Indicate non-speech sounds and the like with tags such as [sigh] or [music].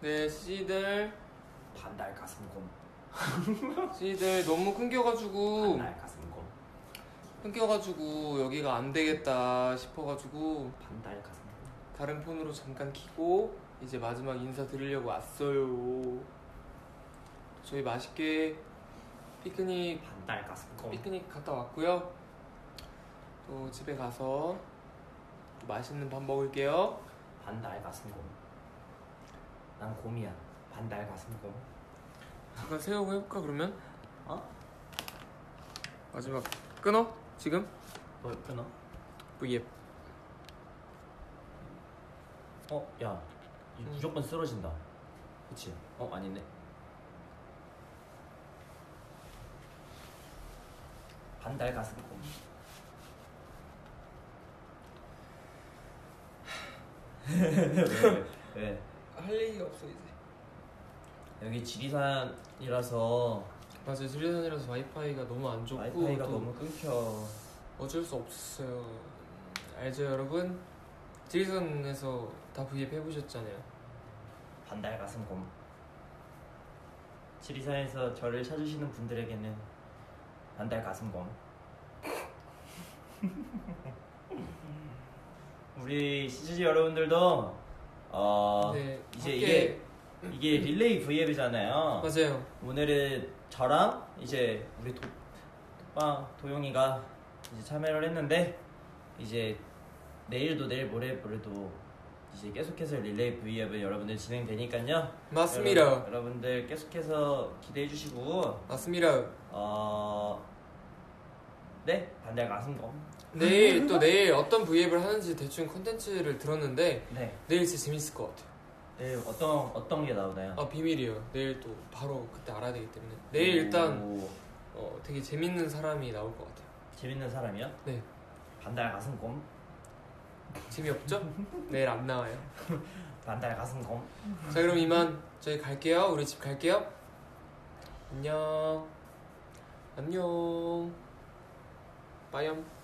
네, 씨들. 반달 가슴곰 씨들 너무 끊겨가지고. 반달 가슴곰 끊겨가지고 여기가 안 되겠다 싶어가지고 반달 가슴곰 다른 폰으로 잠깐 키고 이제 마지막 인사 드리려고 왔어요. 저희 맛있게 피크닉 반달 가슴곰 피크닉 갔다 왔고요. 또 집에 가서 또 맛있는 밥 먹을게요. 반달 가슴곰 난 곰이야 반달 가슴곰 잠깐 세우고 해볼까 그러면? 어? 마지막 끊어? 지금? 너 끊어? 브이앱 어? 야 이- 응. 무조건 쓰러진다 그치? 어? 아니네 반달 가슴곰 [laughs] 왜? 왜? 할 얘기가 없어 이제 여기 지리산이라서 맞아 지리산이라서 와이파이가 너무 안 좋고 와이파이가 또 너무 끊겨 어쩔 수 없었어요 알죠 여러분? 지리산에서 다 브이앱 해보셨잖아요 반달 가슴곰 지리산에서 저를 찾으시는 분들에게는 반달 가슴곰 [laughs] 우리 시즈지 여러분들도 어 네, 이제 함께- 이게 어. 이게 릴레이 브이앱이잖아요 맞아요 오늘은 저랑 이제 우리 도, 빠 도용이가 이제 참여를 했는데 이제 내일도 내일 모레 모레도 이제 계속해서 릴레이 브이앱은 여러분들 진행되니까요. 맞습니다. 여러분, 여러분들 계속해서 기대해 주시고 맞습니다 어. 네, 반달 가슴검. 내일 또 내일 어떤 브이앱을 하는지 대충 컨텐츠를 들었는데 네. 내일 진짜 재밌을 것 같아요 내일 어떤 어떤 게 나오나요? 아 비밀이에요 내일 또 바로 그때 알아야 되기 때문에 내일 음. 일단 오, 어, 되게 재밌는 사람이 나올 것 같아요 재밌는 사람이요? 네 반달 가슴검. [laughs] 재미없죠? 내일 안 나와요 반달 가슴검. 자 그럼 이만 저희 갈게요 우리 집 갈게요 안녕 안녕 빠염